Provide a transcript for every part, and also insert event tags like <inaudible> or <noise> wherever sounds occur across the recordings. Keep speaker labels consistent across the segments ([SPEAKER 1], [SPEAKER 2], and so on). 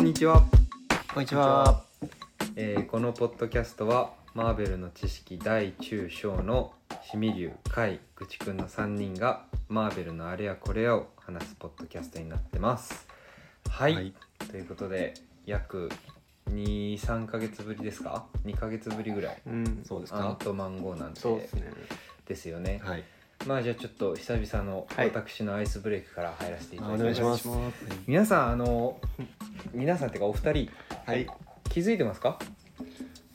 [SPEAKER 1] んにちは。
[SPEAKER 2] こんにちは。
[SPEAKER 1] えーこのポッドキャストはマーベルの知識大中小のシミリュウ、カイ、グチくんの3人がマーベルのあれやこれやを話すポッドキャストになってます。はい。
[SPEAKER 2] はい
[SPEAKER 1] ということで約2、3ヶ月ぶりですか ?2 ヶ月ぶりぐらい。
[SPEAKER 3] うん、
[SPEAKER 2] そうです
[SPEAKER 1] アン
[SPEAKER 2] か。
[SPEAKER 1] トマン号なんて
[SPEAKER 3] そうですね。
[SPEAKER 1] ですよね。
[SPEAKER 2] はい。
[SPEAKER 1] まあじゃあちょっと久々の
[SPEAKER 3] はい
[SPEAKER 1] 私のアイスブレイクから入らせていた
[SPEAKER 2] あ
[SPEAKER 1] だ
[SPEAKER 2] お
[SPEAKER 1] きま
[SPEAKER 2] 願い
[SPEAKER 1] す。
[SPEAKER 2] します。
[SPEAKER 3] お願
[SPEAKER 1] 皆さんあの皆さんっていうかお二人
[SPEAKER 2] はい。
[SPEAKER 1] 気づいてますか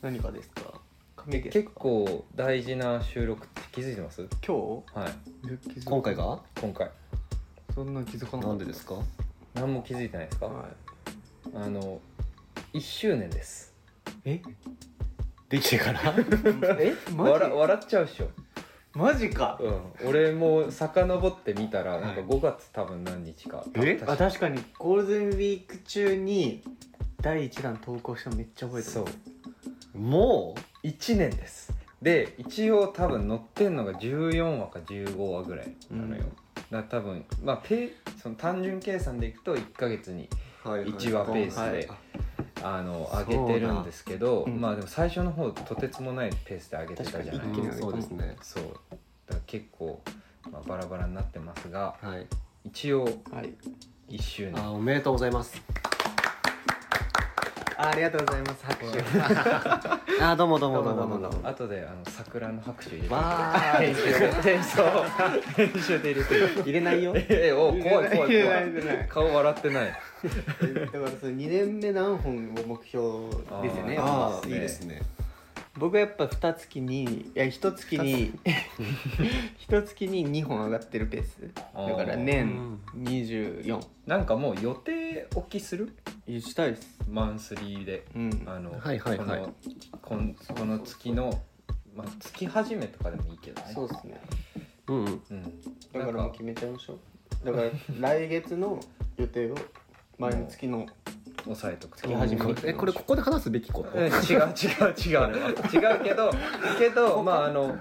[SPEAKER 3] 何がですか髪毛です
[SPEAKER 1] 結
[SPEAKER 3] か
[SPEAKER 1] 構大事な収録って気づいてます
[SPEAKER 3] 今
[SPEAKER 1] はい
[SPEAKER 3] 日気づ
[SPEAKER 2] 今回が
[SPEAKER 1] 今回
[SPEAKER 3] そんな気づかなかった
[SPEAKER 2] なんでですか。
[SPEAKER 1] 何も気づいてないですか、
[SPEAKER 3] は
[SPEAKER 1] あの1周年です
[SPEAKER 3] い、え
[SPEAKER 2] できてから。
[SPEAKER 3] <laughs> えマジ
[SPEAKER 1] 笑笑っちゃうっしょ、
[SPEAKER 3] マジか
[SPEAKER 1] うん、俺も遡ってみたら
[SPEAKER 2] い
[SPEAKER 1] なんか5月多分何日か
[SPEAKER 2] え
[SPEAKER 1] 確
[SPEAKER 3] あ
[SPEAKER 1] か
[SPEAKER 3] 確かにゴールデンウィーク中に第1弾投稿したのめっちゃ覚えてる
[SPEAKER 1] そう
[SPEAKER 2] も
[SPEAKER 1] 1年ですで一応多分載ってんのが14話か15話ぐらいなのよ、
[SPEAKER 3] う
[SPEAKER 1] だから多分まあペその単純計算でいくと1ヶ月に
[SPEAKER 2] う。はい
[SPEAKER 1] 一話ペースで
[SPEAKER 2] はい
[SPEAKER 1] あの
[SPEAKER 3] そうだ
[SPEAKER 1] 上げてるんですけど、
[SPEAKER 3] うん
[SPEAKER 1] まあでも最初の方とてつもないペースで上げてたじゃ
[SPEAKER 3] 確か
[SPEAKER 1] ない
[SPEAKER 3] に一気に
[SPEAKER 2] うんそうですね。
[SPEAKER 1] そうだから結構、まあ、バラバラになってますが
[SPEAKER 2] はい。
[SPEAKER 1] 一応
[SPEAKER 3] はい
[SPEAKER 1] 1周年
[SPEAKER 2] あ、おめでとうございます。
[SPEAKER 3] あありがとうございます拍手
[SPEAKER 2] あ、どうもどうもどうもどう
[SPEAKER 3] どうもどうもどう
[SPEAKER 2] も。
[SPEAKER 3] も
[SPEAKER 1] あとであの桜の拍手入れて
[SPEAKER 2] わ
[SPEAKER 1] 編集で編集編集で入れて
[SPEAKER 3] <laughs> 入れないよ
[SPEAKER 1] ええお怖い怖い怖
[SPEAKER 3] 入れない入
[SPEAKER 1] い
[SPEAKER 3] れない
[SPEAKER 1] 顔笑ってない
[SPEAKER 3] だからその2年目何本を目標ですよね
[SPEAKER 2] あ
[SPEAKER 1] あ
[SPEAKER 2] あ、
[SPEAKER 1] ー
[SPEAKER 2] いいですね。
[SPEAKER 3] 僕はやっぱ2月にいや1月に1月に2本上がってるペースだ
[SPEAKER 1] あー
[SPEAKER 3] から年24
[SPEAKER 1] なんかもう予定置きする
[SPEAKER 3] いやしたいっす
[SPEAKER 1] マンスリーで
[SPEAKER 3] うん
[SPEAKER 1] あの、
[SPEAKER 2] はいはいはい
[SPEAKER 1] このこんこの月の、まあ、月始めとかでもいいけどね
[SPEAKER 3] そうっすね
[SPEAKER 2] うんうん。
[SPEAKER 1] うん、
[SPEAKER 3] だからもう決めちゃいましょうだから来月の予定を前の月の
[SPEAKER 1] 押さえとく
[SPEAKER 3] 月始めに
[SPEAKER 2] え、これここで話すべきこと。
[SPEAKER 1] うん違う違う違う違うけ
[SPEAKER 2] <laughs>
[SPEAKER 1] どけどまああの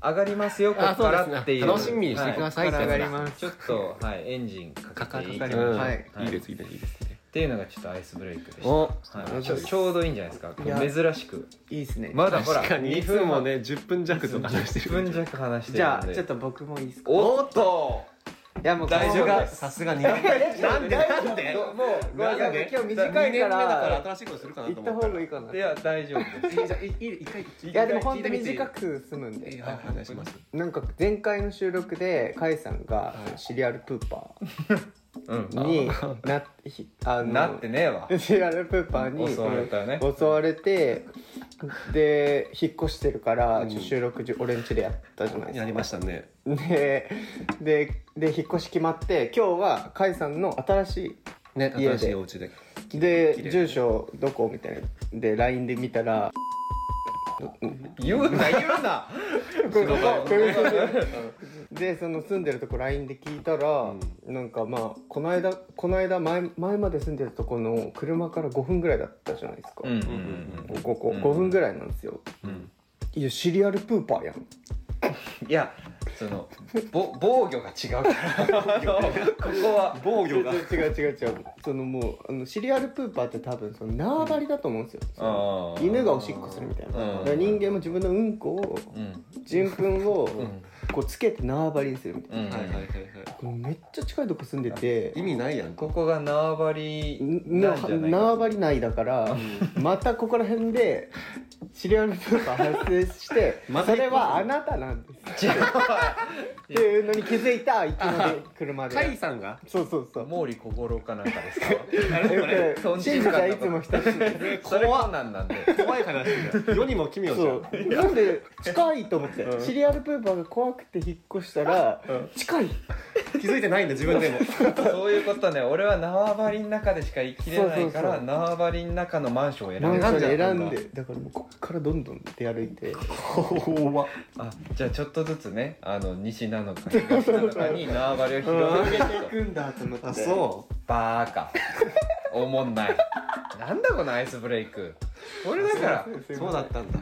[SPEAKER 1] 上がりますよこ
[SPEAKER 2] あ、
[SPEAKER 1] っ
[SPEAKER 2] そ
[SPEAKER 1] か
[SPEAKER 2] うです
[SPEAKER 1] ら
[SPEAKER 2] ね
[SPEAKER 1] っていう
[SPEAKER 2] 楽しみにしてくだ
[SPEAKER 1] さ
[SPEAKER 2] さいってやつだ。
[SPEAKER 3] はい上がりま
[SPEAKER 1] ちょっとはいエンジンか
[SPEAKER 2] かか
[SPEAKER 1] けて
[SPEAKER 2] る
[SPEAKER 1] い
[SPEAKER 2] か
[SPEAKER 1] い
[SPEAKER 2] か
[SPEAKER 3] りま
[SPEAKER 2] る。
[SPEAKER 3] すはい
[SPEAKER 2] いいですいいですいいです。
[SPEAKER 1] っていうのがちょっとアイスブレイクでした
[SPEAKER 2] お
[SPEAKER 1] はい、ちょちょうどいいんじゃないですか
[SPEAKER 3] いや
[SPEAKER 1] 珍しく
[SPEAKER 3] いいっすね、
[SPEAKER 1] まだほら
[SPEAKER 2] 確かにいつもね10分弱とか話して
[SPEAKER 1] 10
[SPEAKER 2] る
[SPEAKER 1] 分弱話してるんで
[SPEAKER 3] じゃあちょっと僕もいいっすか
[SPEAKER 1] おっと
[SPEAKER 3] いやもう
[SPEAKER 1] 大丈夫
[SPEAKER 3] 顔が
[SPEAKER 1] です
[SPEAKER 2] すがに <laughs> なんでなんでなんで
[SPEAKER 1] どもう
[SPEAKER 3] ごめんなさい
[SPEAKER 1] なんで
[SPEAKER 3] 今日短いから
[SPEAKER 2] 新しいことするか
[SPEAKER 3] 行った方がいいかない
[SPEAKER 1] いや大丈夫です
[SPEAKER 2] いいい一回い
[SPEAKER 3] やでも本当短く済むんで
[SPEAKER 2] はいお願いします
[SPEAKER 3] なんか前回の収録で甲斐さんが
[SPEAKER 2] はい
[SPEAKER 3] シリアルプーパ
[SPEAKER 1] うん
[SPEAKER 3] ーになひあの
[SPEAKER 1] なってねえわ
[SPEAKER 3] <laughs> シリアルプーパーに
[SPEAKER 1] 襲われたね
[SPEAKER 3] うん襲われてで引っ越してるから
[SPEAKER 2] うん
[SPEAKER 3] 収録中俺ん家でやったじゃない
[SPEAKER 2] やり
[SPEAKER 3] で
[SPEAKER 2] ましたね
[SPEAKER 3] すかででで引っ越し決まって今日は甲斐さんの新し
[SPEAKER 2] ね
[SPEAKER 3] 家
[SPEAKER 2] 新
[SPEAKER 3] で
[SPEAKER 2] しいお家で
[SPEAKER 3] い
[SPEAKER 2] 綺
[SPEAKER 3] で
[SPEAKER 2] 麗
[SPEAKER 3] 住所どこみたいなで LINE で見
[SPEAKER 2] <laughs>
[SPEAKER 3] たら
[SPEAKER 1] 言うな言うな
[SPEAKER 3] これこれこれでその住んでるとこ LINE で聞いたら、なんかまあこの間この間前前まで住んでるとこの車から5分ぐらいだったじゃないですか、
[SPEAKER 1] うんうんうん
[SPEAKER 3] こここ5分ぐらいなんですよ、
[SPEAKER 1] うん
[SPEAKER 3] いやシリアルプーパーやん
[SPEAKER 1] いやそのぼ防御が違うか
[SPEAKER 3] <laughs>
[SPEAKER 1] らあのここは
[SPEAKER 2] 防
[SPEAKER 3] 違う違う違う違うそのもうあのシリアルプーパーって多分その縄張りだと思うんですよ、その
[SPEAKER 1] あー
[SPEAKER 3] 犬がおしっこするみたいな、
[SPEAKER 1] うん
[SPEAKER 3] だから人間も自分のうんこを
[SPEAKER 1] うん
[SPEAKER 3] 人糞をこうつけて縄張りにするみたいな、
[SPEAKER 1] うん
[SPEAKER 2] はいはいはいは
[SPEAKER 3] これめっちゃ近いとこ住んでて
[SPEAKER 2] い意味ないやん
[SPEAKER 1] ここが縄張り
[SPEAKER 3] な
[SPEAKER 1] なんじゃないか
[SPEAKER 3] 縄張り内だから、またここら辺でシリアルプーパー発生して、
[SPEAKER 2] また
[SPEAKER 3] そ
[SPEAKER 2] 一個
[SPEAKER 3] れはあなたなんですっ
[SPEAKER 1] 違
[SPEAKER 3] ていうのに気づいたいき
[SPEAKER 1] <laughs>
[SPEAKER 3] なり車
[SPEAKER 2] カイ
[SPEAKER 3] で
[SPEAKER 2] さんが
[SPEAKER 3] そうそうそうう
[SPEAKER 1] 毛利小五郎かなんかですか
[SPEAKER 3] え
[SPEAKER 1] そん
[SPEAKER 3] 信じたいつも
[SPEAKER 1] な
[SPEAKER 3] 人たち
[SPEAKER 1] それこんなんなんで
[SPEAKER 2] 怖い話だ世にも奇妙じゃ
[SPEAKER 3] そ
[SPEAKER 2] ん
[SPEAKER 3] うなんで <laughs> 近いと思って、
[SPEAKER 2] うん
[SPEAKER 3] シリアルプーパーが怖くて引っ越したら、近い
[SPEAKER 2] 気づいてないんだ自分でも
[SPEAKER 1] そういうことね俺は縄張りの中でしか生きれないか
[SPEAKER 3] そうそう
[SPEAKER 1] ら
[SPEAKER 3] そう
[SPEAKER 1] 縄張りの中のマンションを選
[SPEAKER 3] なんん
[SPEAKER 1] だ
[SPEAKER 3] か
[SPEAKER 2] じゃん
[SPEAKER 3] 選んでだからもうこっからどんどん出歩いて
[SPEAKER 2] 怖
[SPEAKER 1] あじゃあちょっとずつねあの西なのか東なのかに縄張りを広げていく
[SPEAKER 3] くんだと思って
[SPEAKER 2] あそ
[SPEAKER 1] バーカおもんないなんだこのアイスブレイク俺だから
[SPEAKER 2] うそうだったんだ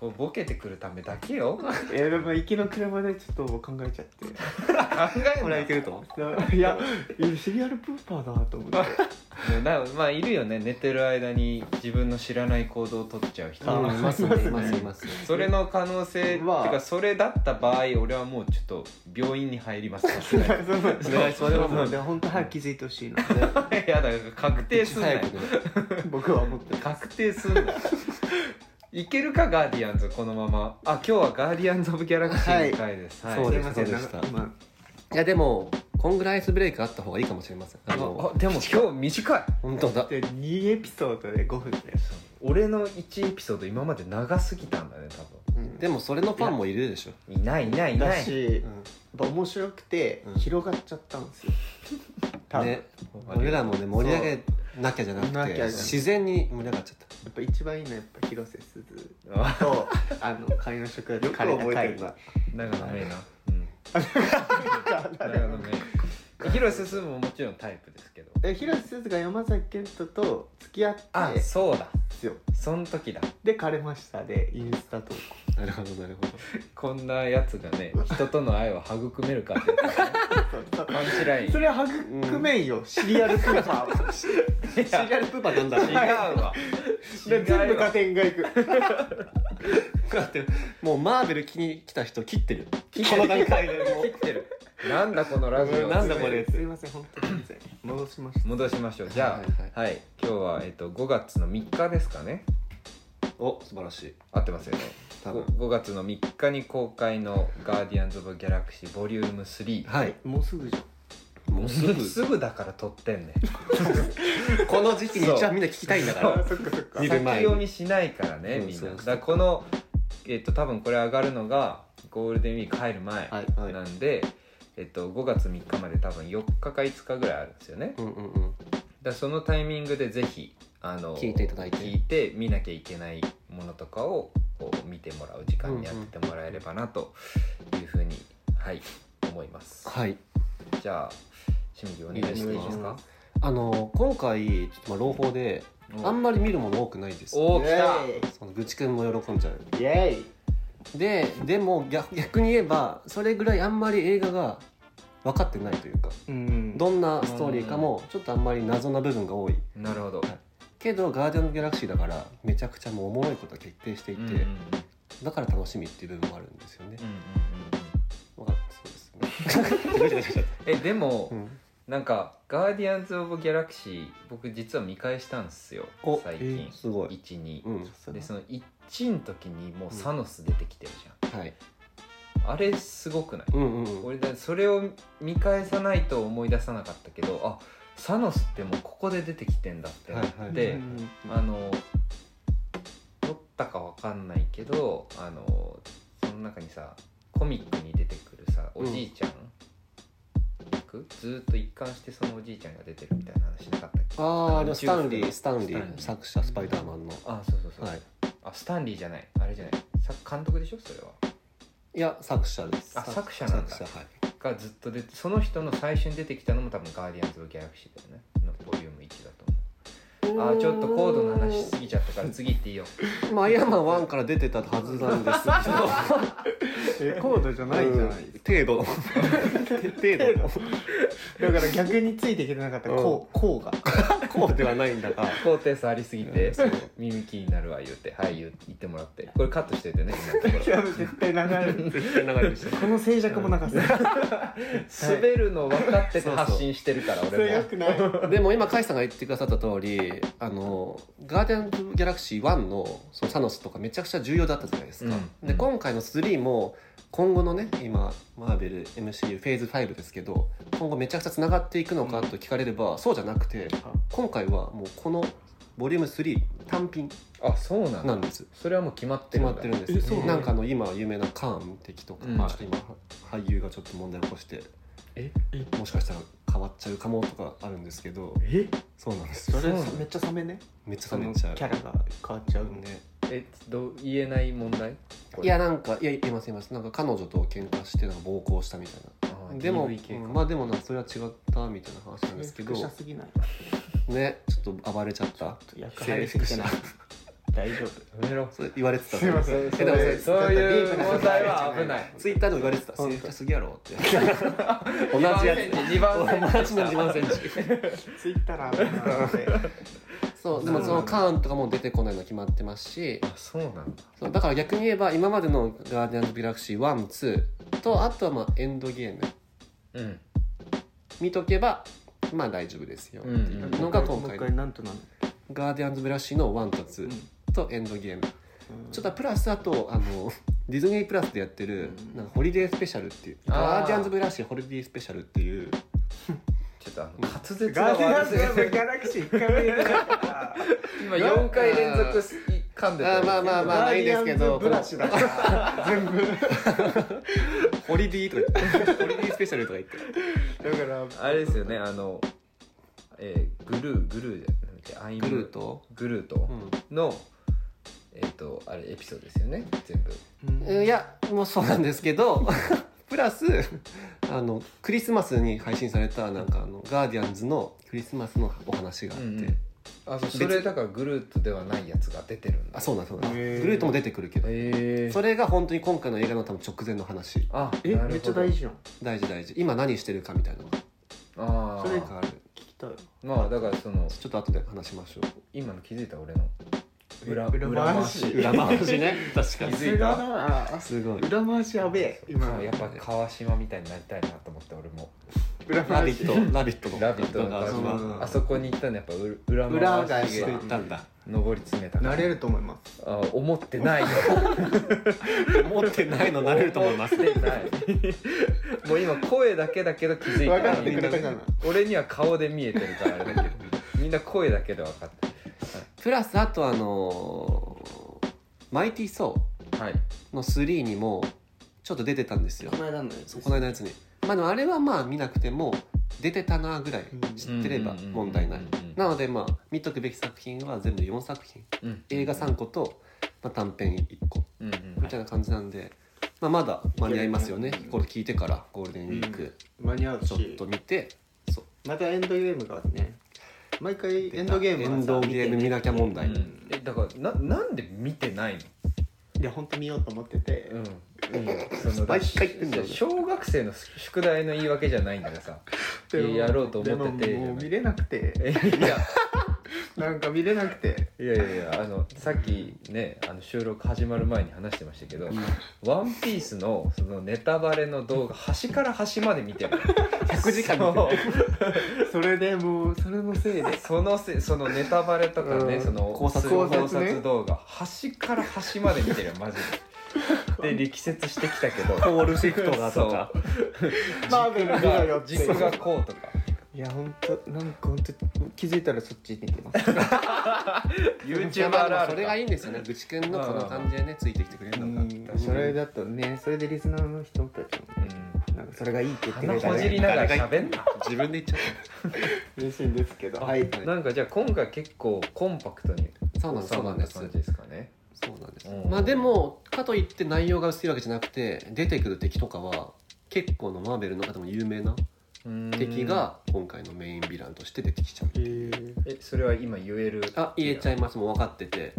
[SPEAKER 1] こうボケてくるためだけよ考
[SPEAKER 3] えー、でも行きの車でちょっと考えちゃって
[SPEAKER 1] え
[SPEAKER 2] こ
[SPEAKER 1] な
[SPEAKER 2] れい
[SPEAKER 1] い
[SPEAKER 2] けると
[SPEAKER 3] <laughs> いやシリアルプーパーだなと思 <laughs> って
[SPEAKER 1] なまあいるよね寝てる間に自分の知らない行動を取っちゃう人、
[SPEAKER 3] うんいますねいます
[SPEAKER 2] ねいます
[SPEAKER 1] それの可能性、
[SPEAKER 3] まあ
[SPEAKER 1] てかそれだった場合俺はもうちょっと病院に入ります
[SPEAKER 3] そ
[SPEAKER 2] ねそれはも
[SPEAKER 3] も
[SPEAKER 2] う
[SPEAKER 3] うね本当早く気づいてほしいな
[SPEAKER 1] やだから確定すんなよ
[SPEAKER 2] 早くね
[SPEAKER 3] 僕は思ってる
[SPEAKER 1] 確定すんなよいけるかガーディアンズこのままあ今日はガーディアンズ・オブ・ギャラクシーの回です、
[SPEAKER 2] はい
[SPEAKER 1] はい
[SPEAKER 2] そう
[SPEAKER 3] すい
[SPEAKER 2] です
[SPEAKER 3] ません
[SPEAKER 2] そう
[SPEAKER 3] な
[SPEAKER 2] で
[SPEAKER 3] ん
[SPEAKER 2] した
[SPEAKER 3] か今
[SPEAKER 2] いやでもこんぐらいアイスブレイクあった方がいいかもしれませんあの
[SPEAKER 1] ああでも今日短い
[SPEAKER 2] 本当だ
[SPEAKER 3] で2エピソードで5分で
[SPEAKER 1] 俺の1エピソード今まで長すぎたんだね多
[SPEAKER 2] でもそれのファンもいるでしょ
[SPEAKER 1] 分いないいないいな
[SPEAKER 3] だ
[SPEAKER 1] い
[SPEAKER 3] しやっぱ面白くて
[SPEAKER 2] うん
[SPEAKER 3] 広がっちゃったんですよ多分や
[SPEAKER 2] ね俺らもね盛り上げなきゃじゃな
[SPEAKER 3] な
[SPEAKER 2] く
[SPEAKER 3] き
[SPEAKER 2] て
[SPEAKER 3] ゃじゃなくて
[SPEAKER 2] 自然に盛り上がっちゃっ
[SPEAKER 3] っぱ一番いいのはやっぱ広瀬すず
[SPEAKER 1] あ
[SPEAKER 3] とあの仮の食
[SPEAKER 2] よく覚えてるな
[SPEAKER 1] <laughs> 長野めいなうん長野めい広瀬すずももちろんタイプですけど
[SPEAKER 3] え広瀬すずが山崎賢人と付き合って
[SPEAKER 1] あ
[SPEAKER 3] で
[SPEAKER 1] そうだ
[SPEAKER 3] すよ
[SPEAKER 1] そん時だ
[SPEAKER 3] で枯れましたでインスタ投稿
[SPEAKER 2] たなるほどなるほど
[SPEAKER 1] こんなやつがね人との愛を育めるかって <laughs> パンチライン
[SPEAKER 3] それは育めんよ、シリアルプーパーを
[SPEAKER 1] い
[SPEAKER 2] シリ
[SPEAKER 1] や
[SPEAKER 2] アルプーパーなんだ
[SPEAKER 1] 違うわ
[SPEAKER 3] で全部加
[SPEAKER 1] て
[SPEAKER 3] 点がいく
[SPEAKER 2] だってもうマーベル気に来た人切ってるこの段階でも
[SPEAKER 1] 切ってる <laughs> なんだこのラジ
[SPEAKER 2] う
[SPEAKER 1] オ
[SPEAKER 2] んなんだこれ
[SPEAKER 3] すいません本当にすいません戻しました
[SPEAKER 1] 戻しましょうじゃ
[SPEAKER 2] はい
[SPEAKER 1] あはい、今日は、えっと、5月の3日ですかね
[SPEAKER 2] お素晴らしい
[SPEAKER 1] 合ってますよね
[SPEAKER 2] 多
[SPEAKER 1] ご
[SPEAKER 2] 分
[SPEAKER 1] 5, 月の3日に公開の「ガーディアンズ・オブ・ギャラクシー」ボリューム3
[SPEAKER 2] はい
[SPEAKER 3] もうすぐじゃん
[SPEAKER 2] もうすぐ
[SPEAKER 1] <laughs> すぐだから撮ってんね
[SPEAKER 2] この時期にじゃあみんな聞きたいんだから
[SPEAKER 3] そっかそっか
[SPEAKER 2] 見
[SPEAKER 1] 先
[SPEAKER 2] る前に
[SPEAKER 1] 読みしないからね
[SPEAKER 2] そう
[SPEAKER 1] みん
[SPEAKER 2] そう
[SPEAKER 1] な
[SPEAKER 2] そう
[SPEAKER 1] だからこのえっと多分これ上がるのがゴールデンウィーク入る前
[SPEAKER 2] はいはい
[SPEAKER 1] なんで、えっと、5月3日まで多分4日か5日ぐらいあるんですよね
[SPEAKER 2] うんうんうん
[SPEAKER 1] だからそのタイミングでぜひあの
[SPEAKER 2] 聞いていただいて
[SPEAKER 1] 聞いて見なきゃいけないものとかをこう見てもらう時間にやってもらえればなというふうに、はい思います
[SPEAKER 2] はい
[SPEAKER 1] じゃあ清水お願いしていいですか
[SPEAKER 2] あの今回ちょっとまあ朗報であんまり見るもの多くないんです
[SPEAKER 1] おお
[SPEAKER 3] イ
[SPEAKER 1] 来
[SPEAKER 3] エ
[SPEAKER 1] た
[SPEAKER 2] その愚痴くんも喜んじゃう
[SPEAKER 3] ーイイエーイ
[SPEAKER 2] ででも逆逆に言えばそれぐらいあんまり映画が分かってないというか
[SPEAKER 3] うん
[SPEAKER 2] どんなストーリーかもちょっとあんまり謎な部分が多い
[SPEAKER 1] なるほど、
[SPEAKER 2] けど「ガーディアンズ・ギャラクシー」だからめちゃくちゃもうおもろいことが決定していて、
[SPEAKER 1] うんうんうんうん
[SPEAKER 2] だから楽しみっていう部分もあるんですよね
[SPEAKER 1] う。んうん
[SPEAKER 2] わかったそうですね
[SPEAKER 1] えでも、
[SPEAKER 2] うん
[SPEAKER 1] なんか「ガーディアンズ・オブ・ギャラクシー」僕実は見返したんですよ
[SPEAKER 2] <laughs> お
[SPEAKER 1] 最
[SPEAKER 3] え
[SPEAKER 1] 近、
[SPEAKER 2] すごい。
[SPEAKER 1] 12、
[SPEAKER 2] うん、
[SPEAKER 1] でその1の時にもうサノス出てきてるじ
[SPEAKER 2] はい。
[SPEAKER 1] ゃん、あれすごくない
[SPEAKER 2] うんうんうん。
[SPEAKER 1] 俺だそれを見返さないと思い出さなかったけどあサノスってもうここで出てきてんだってなって、
[SPEAKER 2] はいはい
[SPEAKER 1] で
[SPEAKER 3] うん
[SPEAKER 1] あの撮ったかわかんないけどあのその中にさコミックに出てくるさおじいちゃん役、ずーっと一貫してそのおじいちゃんが出てるみたいな話なかったっけ
[SPEAKER 2] あああのスタンリースタンリ
[SPEAKER 1] スタンリ
[SPEAKER 2] ー
[SPEAKER 1] ー
[SPEAKER 2] 作者スパイダーマンの。
[SPEAKER 1] あそうそうそう、
[SPEAKER 2] はい。
[SPEAKER 1] あスタンリーじゃないあれじゃないさ監督でしょそれはい
[SPEAKER 2] や作者です。
[SPEAKER 1] あ作者なんだ
[SPEAKER 2] 作者はい。
[SPEAKER 1] がずっと出てその人の最初に出てきたのも多分「ガーディアンズ・オブ・ギャラクシー」だよねのボリューム1だと思うあーちょっと高度な話しすぎちゃったから次行っていいよ
[SPEAKER 2] まあアイアンマン1から出てたはずなんですけど
[SPEAKER 3] えコードじゃないじゃないです
[SPEAKER 2] 程度程度
[SPEAKER 3] かだから逆についていけてなかった
[SPEAKER 2] うん
[SPEAKER 3] こうこうが
[SPEAKER 2] こうではないんだが
[SPEAKER 1] 高低差ありすぎて耳気になるわ言うてはい言う言ってもらってこれカットしててね今のところ
[SPEAKER 3] いや絶対流れる
[SPEAKER 2] 絶対流れるし
[SPEAKER 3] この静寂も <laughs> 流す
[SPEAKER 1] 滑るの分かってて
[SPEAKER 2] そうそう
[SPEAKER 1] 発信してるから
[SPEAKER 3] それ
[SPEAKER 1] 俺
[SPEAKER 3] よ
[SPEAKER 1] も
[SPEAKER 3] くない
[SPEAKER 2] <laughs> でも今甲斐さんが言ってくださった通りあのガーディアンズ・ギャラクシー1のそのサノスとかめちゃくちゃ重要だったじゃないですか、
[SPEAKER 1] うん
[SPEAKER 2] で今回の3も今後のね今マーベル MCU フェーズ5ですけど今後めちゃくちゃつながっていくのかと聞かれれば、そうじゃなくて今回はもうこのボリューム3単品
[SPEAKER 1] あそうなんだ
[SPEAKER 2] なんです
[SPEAKER 1] それはもう決まって
[SPEAKER 2] 決
[SPEAKER 1] る
[SPEAKER 2] ま
[SPEAKER 1] ん
[SPEAKER 2] っ
[SPEAKER 1] だ
[SPEAKER 2] てるんです
[SPEAKER 3] えそう
[SPEAKER 2] よ、
[SPEAKER 3] なの
[SPEAKER 2] なんかあの今有名なカーン敵とか、
[SPEAKER 1] うん
[SPEAKER 2] ちょっと今俳優がちょっと問題を起こして
[SPEAKER 3] え
[SPEAKER 2] もしかしたら変わっちゃうかもとかあるんですけど
[SPEAKER 3] え
[SPEAKER 2] そうなんです
[SPEAKER 3] そ
[SPEAKER 2] よ
[SPEAKER 3] れめっちゃサメね
[SPEAKER 2] めっちゃ
[SPEAKER 3] そ
[SPEAKER 2] 冷め
[SPEAKER 3] の
[SPEAKER 2] ち
[SPEAKER 3] キ
[SPEAKER 2] ゃう
[SPEAKER 3] ャラが変わっちゃうんで
[SPEAKER 2] ね
[SPEAKER 1] えどう言えない問題これ
[SPEAKER 2] いやなんかいや言います言いますなんか彼女と喧嘩してなんか暴行したみたい
[SPEAKER 1] あー
[SPEAKER 2] なでも、
[SPEAKER 1] DV 系
[SPEAKER 2] うん
[SPEAKER 1] か
[SPEAKER 2] まあでもなんかそれは違ったみたいな話なんですけど
[SPEAKER 3] 複写すぎない
[SPEAKER 2] ねちょっと暴れちゃった
[SPEAKER 3] 役入りすぎてない
[SPEAKER 4] 大丈夫
[SPEAKER 1] やめろ
[SPEAKER 2] それ言われてた
[SPEAKER 3] すいません
[SPEAKER 2] え
[SPEAKER 3] そ
[SPEAKER 2] でも
[SPEAKER 3] れ
[SPEAKER 2] れ
[SPEAKER 1] そういう問題は危ない
[SPEAKER 2] ツイッターでも言われてた「
[SPEAKER 3] 本当
[SPEAKER 2] 正解すぎや
[SPEAKER 3] <laughs>
[SPEAKER 2] ろ」って同じやつ
[SPEAKER 1] 2番線
[SPEAKER 2] 同じの自慢戦士
[SPEAKER 3] ツイッターな危ないなって
[SPEAKER 2] そうでもそのカーンとかも出てこないの決まってますし
[SPEAKER 1] あそうなんだ
[SPEAKER 2] そうだから逆に言えば今までの「ガーディアンズ・ギャラクシー1」2とあとはまあエンドゲーム
[SPEAKER 1] うん
[SPEAKER 2] 見とけばまあ大丈夫ですよってい
[SPEAKER 1] うん
[SPEAKER 2] うのが今
[SPEAKER 4] もう
[SPEAKER 2] 回
[SPEAKER 4] 一
[SPEAKER 2] の
[SPEAKER 4] 回なんとなん
[SPEAKER 2] ガーディアンズ・ギャラクシーの1と2とエンドゲームちょっとプラスあとあの <laughs> ディズニープラスでやってる
[SPEAKER 4] うん
[SPEAKER 2] なんかホリデースペシャルっていう「
[SPEAKER 1] あー
[SPEAKER 2] ガーディアンズ・ギャラクシーホリデースペシャル」っていう
[SPEAKER 1] ちょっとあの滑舌が
[SPEAKER 3] ガーディアン
[SPEAKER 1] 悪
[SPEAKER 3] ズ・
[SPEAKER 1] すぎ
[SPEAKER 3] ギ
[SPEAKER 1] る
[SPEAKER 3] ャラクシー一回目 <laughs> 言った
[SPEAKER 1] 今4回連続す噛んでた
[SPEAKER 2] あーまあまあまあないですけど
[SPEAKER 3] ガーディアンズブラシだから <laughs> 全部
[SPEAKER 2] 「ホリディ」とか言って <laughs> 「ホリディスペシャル」とか言って
[SPEAKER 3] だから
[SPEAKER 1] あれですよねあのえーグルーグルーじゃなんだっけアイム
[SPEAKER 2] グルーと、
[SPEAKER 1] グルート
[SPEAKER 2] うん
[SPEAKER 1] の、えっ、とあれエピソードですよね全部
[SPEAKER 2] うんいやもうそうなんですけど <laughs> プラスあのクリスマスに配信されたなんかあのガーディアンズのクリスマスのお話があって、
[SPEAKER 1] うんうんあそうそれだからグルートではないやつが出てるんだ
[SPEAKER 2] あそうなんそうなんグ
[SPEAKER 3] へー
[SPEAKER 2] ルートも出てくるけど、
[SPEAKER 1] え
[SPEAKER 2] それが本当に今回の映画の多分直前の話
[SPEAKER 1] あ
[SPEAKER 4] え
[SPEAKER 1] なるほど
[SPEAKER 4] めっちゃ大事じゃん
[SPEAKER 2] 大事大事今何してるかみたいなのが
[SPEAKER 1] あ
[SPEAKER 4] それ
[SPEAKER 1] あ
[SPEAKER 2] ある
[SPEAKER 4] 聞きたい
[SPEAKER 1] まあだからその
[SPEAKER 2] ちょっと後で話しましょ
[SPEAKER 1] 今の気づいた俺の裏
[SPEAKER 3] 裏回し
[SPEAKER 2] う裏回しね確か
[SPEAKER 1] 気
[SPEAKER 2] に
[SPEAKER 1] づいた
[SPEAKER 3] あ
[SPEAKER 2] すごい
[SPEAKER 4] 裏回しやべえ
[SPEAKER 3] 今
[SPEAKER 1] やっぱ川島みたいになりたいなと思って俺も
[SPEAKER 3] 「
[SPEAKER 2] 「
[SPEAKER 3] 裏
[SPEAKER 2] ラビ
[SPEAKER 3] 話
[SPEAKER 2] ット!」「ラビット!」
[SPEAKER 1] 「ラビット!」の川
[SPEAKER 2] の
[SPEAKER 3] うん
[SPEAKER 1] 島あそこに行ったのやっぱ裏
[SPEAKER 3] 裏
[SPEAKER 1] 裏回
[SPEAKER 3] 返
[SPEAKER 1] し
[SPEAKER 3] し
[SPEAKER 1] が
[SPEAKER 2] 行ったんだ
[SPEAKER 1] 上り詰めたか
[SPEAKER 3] な
[SPEAKER 1] ら
[SPEAKER 3] れると思います
[SPEAKER 1] あ思ってないよ
[SPEAKER 2] 思ってないのなれると思います
[SPEAKER 1] <laughs> 思ってないもう今声だけだけど気づい
[SPEAKER 3] 分
[SPEAKER 1] た
[SPEAKER 3] かってくれたかな
[SPEAKER 1] 俺には顔で見えてるからあれだけどみんな声だけで分かって
[SPEAKER 2] プラスあとあのーマイティー・ソー」
[SPEAKER 1] るはい
[SPEAKER 2] の3にもちょっと出てたんですよ
[SPEAKER 4] この間のやつ
[SPEAKER 2] そうこの間のやつにまあでもあれはまあ見なくても出てたなぐらい知ってれば
[SPEAKER 1] うんうんうんうん
[SPEAKER 2] 問題ない
[SPEAKER 1] うんうん
[SPEAKER 2] なのでまあ見とくべき作品は全部4作品
[SPEAKER 1] うん
[SPEAKER 2] 映画3個と、まあ、短編1個
[SPEAKER 1] うん
[SPEAKER 2] みたいな感じなんで、まあ、まだ間に合いますよねこれ聞いてからゴールデンウィーク
[SPEAKER 3] 間に合う
[SPEAKER 2] ちょっ
[SPEAKER 3] し
[SPEAKER 2] と見てそう
[SPEAKER 3] またエンドゲームがね毎回エンドゲーム
[SPEAKER 2] エ
[SPEAKER 3] はさ
[SPEAKER 2] ンドゲーム見なきゃ問
[SPEAKER 1] う
[SPEAKER 2] 題、
[SPEAKER 1] んえだからななんで見てない
[SPEAKER 3] いや本当見ようと思ってて
[SPEAKER 1] のうんその
[SPEAKER 2] 毎回言ってんだよね
[SPEAKER 1] 小学生の宿題の言い訳じゃないんだからさ
[SPEAKER 3] でも
[SPEAKER 1] やろうと思ってて
[SPEAKER 3] でももう見れなくて
[SPEAKER 1] えいや
[SPEAKER 3] なんか見れなくて
[SPEAKER 1] いやいやいやあのさっきねあの収録始まる前に話してましたけど「ワンピースのそのネタバレの動画端から端まで見てる
[SPEAKER 2] 100時間見てる
[SPEAKER 3] それでもうそれのせいで
[SPEAKER 1] そのせそのネタバレとかね、
[SPEAKER 3] うん
[SPEAKER 1] その
[SPEAKER 2] 考察
[SPEAKER 1] 考
[SPEAKER 3] 考察ね
[SPEAKER 1] 察動画端から端まで見てるよマジで。で力説してきたけど
[SPEAKER 2] ポールシフトがとか
[SPEAKER 3] マーベル見ろよって
[SPEAKER 1] 軸がこうとか
[SPEAKER 3] いや本当なんか本当気づいたらそっちに行ってます
[SPEAKER 1] YouTuber あるあ
[SPEAKER 2] それがいいんですよね愚痴くんのこの感じでねついてきてくれるのが
[SPEAKER 3] うんそれだったらねそれでリスナーの人たちも
[SPEAKER 1] うん
[SPEAKER 3] なんかそれがいいって言ってく
[SPEAKER 1] 鼻
[SPEAKER 3] れた
[SPEAKER 1] ほじり
[SPEAKER 3] ら
[SPEAKER 1] ながら喋んな
[SPEAKER 2] 自分で言っちゃっ
[SPEAKER 3] 嬉しいんですけど
[SPEAKER 2] た
[SPEAKER 3] はい
[SPEAKER 1] なんかじゃあ今回結構コンパクトに
[SPEAKER 2] そうなんです
[SPEAKER 1] 収
[SPEAKER 2] そう
[SPEAKER 1] ま
[SPEAKER 2] な
[SPEAKER 1] っ
[SPEAKER 2] ん
[SPEAKER 1] た
[SPEAKER 2] ですそ
[SPEAKER 1] 感じですかね
[SPEAKER 2] うなんです
[SPEAKER 1] うん
[SPEAKER 2] まあでもかといって内容が薄いわけじゃなくて出てくる敵とかは結構のマーベルの中でも有名な
[SPEAKER 1] うん
[SPEAKER 2] 敵が今回のメインヴィランとして出てきちゃう
[SPEAKER 1] えそれは今言える
[SPEAKER 2] あ言えちゃいますもう分かってて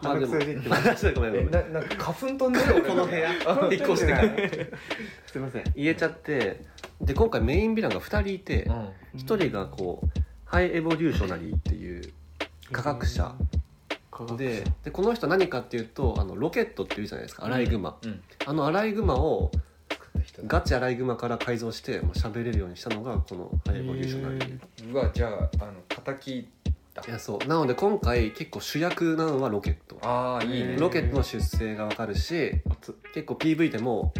[SPEAKER 2] まあでも
[SPEAKER 3] 鼻くそいじって
[SPEAKER 2] ごめんご
[SPEAKER 1] え
[SPEAKER 2] めん
[SPEAKER 1] ななんか花粉飛んで <laughs> る俺
[SPEAKER 2] この部屋引っ越してから
[SPEAKER 3] すいません
[SPEAKER 2] 言えちゃってで今回メインヴィランが2人いて
[SPEAKER 1] うん
[SPEAKER 2] 1人がこうハイエボリューショナリーっていう科学者
[SPEAKER 3] 科学
[SPEAKER 2] ででこの人何かっていうとあのロケットっていうじゃないですかアライグマ、
[SPEAKER 1] うん
[SPEAKER 2] あのアライグマを
[SPEAKER 1] 作った人だ
[SPEAKER 2] ガチアライグマから改造してもう喋れるようにしたのがこのハイエボリューショナリー、
[SPEAKER 1] うわじゃああの敵だ
[SPEAKER 2] いやそうなので今回結構主役なのはロケット
[SPEAKER 1] ああいいね
[SPEAKER 2] ロケットの出生がわかるし結構 PV でも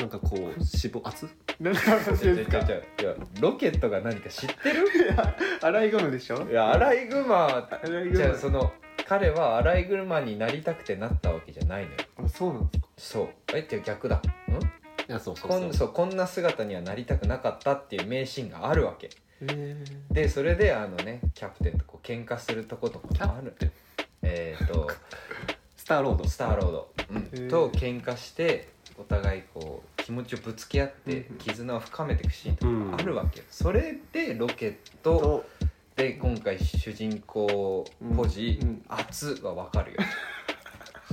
[SPEAKER 2] なんかこう死亡圧
[SPEAKER 3] 何の話
[SPEAKER 1] じゃ
[SPEAKER 3] ですか
[SPEAKER 1] じゃじゃロケットが何か知ってる
[SPEAKER 3] アライグマでしょ
[SPEAKER 1] いやアライグマ
[SPEAKER 3] アライグ
[SPEAKER 1] じゃあ
[SPEAKER 3] マ
[SPEAKER 1] その彼はアライグマになりたくてなったわけじゃないのよ
[SPEAKER 3] あそうなんですか
[SPEAKER 1] そうえって逆だん
[SPEAKER 2] いやそうそう
[SPEAKER 1] こ
[SPEAKER 2] そうん
[SPEAKER 1] そうこんな姿にはなりたくなかったっていう名シーンがあるわけでそれであのねキャプテンとこう喧嘩するとことかもあるえっ、と
[SPEAKER 2] スターロード
[SPEAKER 1] スターロード、
[SPEAKER 3] へ
[SPEAKER 1] うん、
[SPEAKER 3] ー
[SPEAKER 1] と喧嘩してお互いこう気持ちをぶつけ合って
[SPEAKER 3] うん
[SPEAKER 1] 絆を深めていくシーンとかあるわけよ、それでロケット
[SPEAKER 3] と
[SPEAKER 1] で今回主人公ポジ
[SPEAKER 2] うんうん
[SPEAKER 1] 「熱」はわ
[SPEAKER 3] <laughs>
[SPEAKER 1] かるよ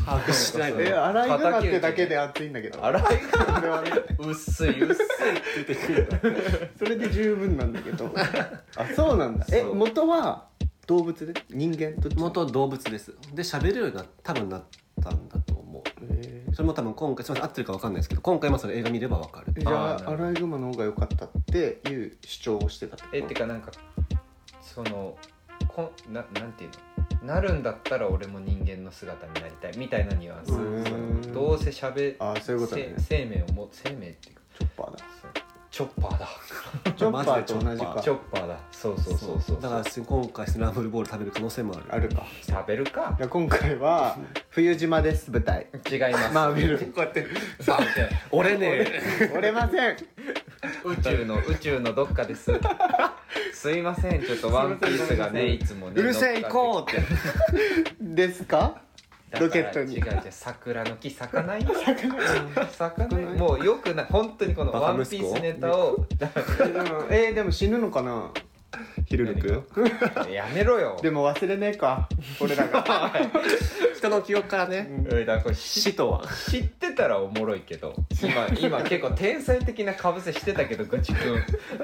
[SPEAKER 2] 把握してないの
[SPEAKER 3] え
[SPEAKER 2] よ
[SPEAKER 3] 洗い方ってだけで熱いんだけど
[SPEAKER 1] 洗い
[SPEAKER 3] それはね
[SPEAKER 1] 薄いうっすい
[SPEAKER 2] 出てくるんだ
[SPEAKER 3] それで十分なんだけどあそうなんだえ
[SPEAKER 2] そう
[SPEAKER 3] 元は動物で人間と
[SPEAKER 2] 元動物ですで喋るようにな多分なったんだと思う
[SPEAKER 3] え
[SPEAKER 2] それも多分今回すみません合ってるかわかんないですけど今回もそれ映画見ればわかる
[SPEAKER 3] ーじゃ
[SPEAKER 1] あーなるほ
[SPEAKER 3] あ
[SPEAKER 1] ど
[SPEAKER 3] アライグマの方が良かったっていう主張をしてたってこと
[SPEAKER 1] えってかなんかそのこんななんていうのなるんだったら俺も人間の姿になりたいみたいなニュアンス
[SPEAKER 3] うーん
[SPEAKER 1] どうせしゃべ
[SPEAKER 3] あーそういうことだ
[SPEAKER 1] せ
[SPEAKER 3] ね
[SPEAKER 1] 生命をも生命っていうか
[SPEAKER 3] チョッパーだ
[SPEAKER 1] そうチョッパーだ
[SPEAKER 3] チョッパーと同じ
[SPEAKER 2] あ
[SPEAKER 3] か
[SPEAKER 1] チョッパーだそうそうそうそう
[SPEAKER 2] だから今回スランブルボール食べる可能性もある
[SPEAKER 3] あるか
[SPEAKER 1] 食べるか
[SPEAKER 3] じゃあ今回は冬島です舞台
[SPEAKER 1] 違います、
[SPEAKER 3] マーベル
[SPEAKER 2] こうやって
[SPEAKER 1] すいません
[SPEAKER 2] 俺ね <laughs>
[SPEAKER 3] 折れません
[SPEAKER 1] 宇宙の宇宙のどっかですすいませんちょっとワンピースがねいつもね
[SPEAKER 2] うるせえ行こうって
[SPEAKER 3] ですか
[SPEAKER 1] どっかで
[SPEAKER 3] ロケットに
[SPEAKER 1] だから違う違う桜の木咲かないよ
[SPEAKER 3] だから
[SPEAKER 1] 咲かない
[SPEAKER 3] ない
[SPEAKER 1] もうよくない本当にこの
[SPEAKER 2] バ
[SPEAKER 1] ワ
[SPEAKER 2] カ
[SPEAKER 1] ンピ
[SPEAKER 2] 息子
[SPEAKER 1] ースネタを
[SPEAKER 3] うんえー、でも死ぬのかな
[SPEAKER 2] ヒル
[SPEAKER 1] <laughs>
[SPEAKER 2] ルク
[SPEAKER 1] やめろよ
[SPEAKER 3] でも忘れねえか俺らが
[SPEAKER 2] 人の記憶からね
[SPEAKER 1] うんだからこれ知
[SPEAKER 2] 死とは
[SPEAKER 1] 知ってたらおもろいけど今今結構天才的なかぶせしてたけどガチ君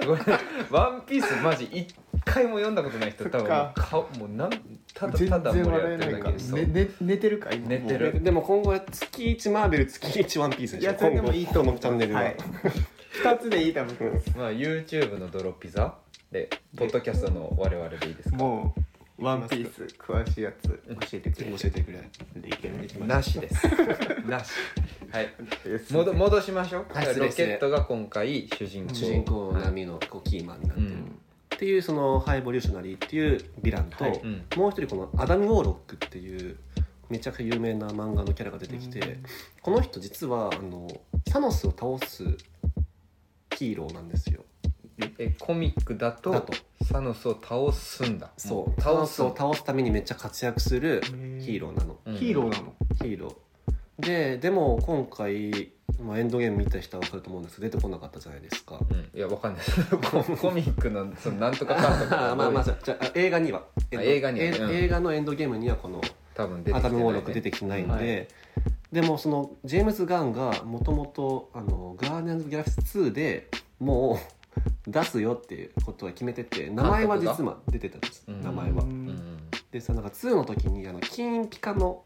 [SPEAKER 1] これワンピースマジ一回も読んだことない人多分
[SPEAKER 3] そっか
[SPEAKER 1] 顔もうなん <laughs> ただ
[SPEAKER 3] 全
[SPEAKER 1] ただ盛
[SPEAKER 3] 然
[SPEAKER 1] り上が
[SPEAKER 3] 笑え
[SPEAKER 1] って
[SPEAKER 3] な
[SPEAKER 1] るだ
[SPEAKER 3] い
[SPEAKER 1] け
[SPEAKER 3] から
[SPEAKER 1] でそう
[SPEAKER 3] ねね寝てるか今
[SPEAKER 1] 寝てる
[SPEAKER 2] でも今後は月1マーベル月1ワンピースで
[SPEAKER 3] い
[SPEAKER 2] しょ
[SPEAKER 3] やそれでもいいと
[SPEAKER 2] 今
[SPEAKER 3] 思う
[SPEAKER 2] 後このチャンネルは、
[SPEAKER 3] はい、2つでいいと思う
[SPEAKER 1] まあ YouTube の泥ピザでポッドキャストの我々でいいですか
[SPEAKER 3] もう、ワンピース、詳しいやつ、教えてくれ。
[SPEAKER 2] 教えてくれ
[SPEAKER 3] でいけない。
[SPEAKER 1] なしです。なし。はい。
[SPEAKER 3] です
[SPEAKER 1] 戻戻しましょう。
[SPEAKER 2] はい失
[SPEAKER 1] ロ
[SPEAKER 2] 礼
[SPEAKER 1] ケットが今回主人公。
[SPEAKER 2] 主人公
[SPEAKER 1] はい
[SPEAKER 2] 並みのこうキーマンになっ
[SPEAKER 1] う
[SPEAKER 2] てる、
[SPEAKER 1] ん。
[SPEAKER 2] っていうそのハイボリューショナリーっていうヴィランと、
[SPEAKER 3] はい
[SPEAKER 1] うん。
[SPEAKER 2] もう一人このアダム・ウォーロックっていうめちゃくちゃ有名な漫画のキャラが出てきて、
[SPEAKER 3] うん
[SPEAKER 2] この人実はあのサノスを倒すヒーローなんですよ。
[SPEAKER 1] えコミックだと
[SPEAKER 2] だと
[SPEAKER 1] サノスを倒すんだ。
[SPEAKER 2] そ
[SPEAKER 1] も
[SPEAKER 2] うサノ
[SPEAKER 1] 倒
[SPEAKER 2] ス
[SPEAKER 1] す
[SPEAKER 2] を倒すためにめっちゃ活躍するヒー
[SPEAKER 3] ロ
[SPEAKER 2] ローなの。
[SPEAKER 1] うん
[SPEAKER 3] ヒーローなの。
[SPEAKER 2] ヒーローででも今回、まあ、エンドゲーム見た人は分かると思うんですけど出てこなかったじゃないで
[SPEAKER 1] <laughs>
[SPEAKER 2] すか。
[SPEAKER 1] うん。いやわかんない。ココミックのそのなんとかかんとか
[SPEAKER 2] あ <laughs> ーまあまあじゃあじゃあ映画には
[SPEAKER 1] あ映画には
[SPEAKER 2] え
[SPEAKER 1] うん
[SPEAKER 2] 映画のエンドゲームにはこの
[SPEAKER 1] 多分出て
[SPEAKER 2] ア
[SPEAKER 1] きてな
[SPEAKER 2] ダ
[SPEAKER 1] い、
[SPEAKER 2] ム・
[SPEAKER 1] ね。
[SPEAKER 2] ウォーロック出てきてないんで、
[SPEAKER 1] は
[SPEAKER 2] でもそのジェームズ・ガンがもともとあのガーディアンズ・ギャラクシー2でもう出すよっていうことは決めてて名前は
[SPEAKER 1] 監督が
[SPEAKER 2] 実は出てたんです
[SPEAKER 1] うん
[SPEAKER 2] 名前は
[SPEAKER 3] う。
[SPEAKER 1] うんん。
[SPEAKER 2] でさなんか2の時にあの金ピカの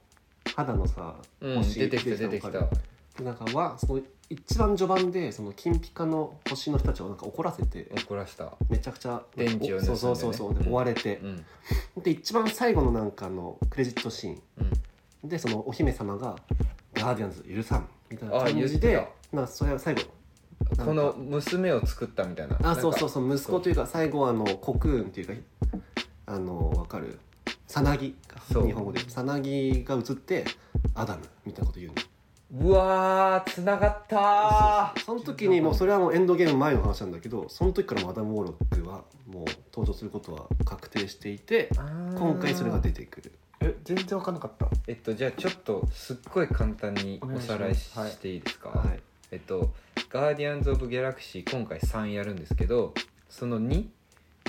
[SPEAKER 2] 肌のさ
[SPEAKER 1] うん。出てきた出てき
[SPEAKER 2] の
[SPEAKER 1] た
[SPEAKER 2] か。ななんかはその一番序盤でその金ピカの星の人たちをなんか怒らせて
[SPEAKER 1] 怒らした。
[SPEAKER 2] めちゃくちゃ
[SPEAKER 1] 電池を盗んでね
[SPEAKER 2] そうそうそうそう
[SPEAKER 1] うん
[SPEAKER 2] で追われて
[SPEAKER 1] う、ん。
[SPEAKER 2] で一番最後のなんかあのクレジットシーン
[SPEAKER 1] うん。
[SPEAKER 2] でそのお姫様が「ガーディアンズ許さん」みたいな
[SPEAKER 1] あ
[SPEAKER 2] 感じ
[SPEAKER 1] 言っ
[SPEAKER 2] で
[SPEAKER 1] て
[SPEAKER 2] なんかそれは最後なんか
[SPEAKER 1] この娘を作ったみたいな。
[SPEAKER 2] あそうそう
[SPEAKER 1] そ
[SPEAKER 2] そう息子というか最後はあのコクーンっていうかあのわかるさなぎか
[SPEAKER 1] そう
[SPEAKER 2] 日本語でさなぎが映ってアダムみたいなこと言うの
[SPEAKER 1] う。うわー繋がったー。
[SPEAKER 2] その時にもうそれはもうエンドゲーム前の話なんだけどその時からもうアダム・ウォーロックはもう登場することは確定していて今回それが出てくる
[SPEAKER 3] え、全然わかんなかった。
[SPEAKER 1] えっとじゃあちょっとすっごい簡単におさらいし
[SPEAKER 3] お願いしますはい
[SPEAKER 1] していいですか、
[SPEAKER 2] はい
[SPEAKER 1] えっと「ガーディアンズ・オブ・ギャラクシー」今回3やるんですけどその2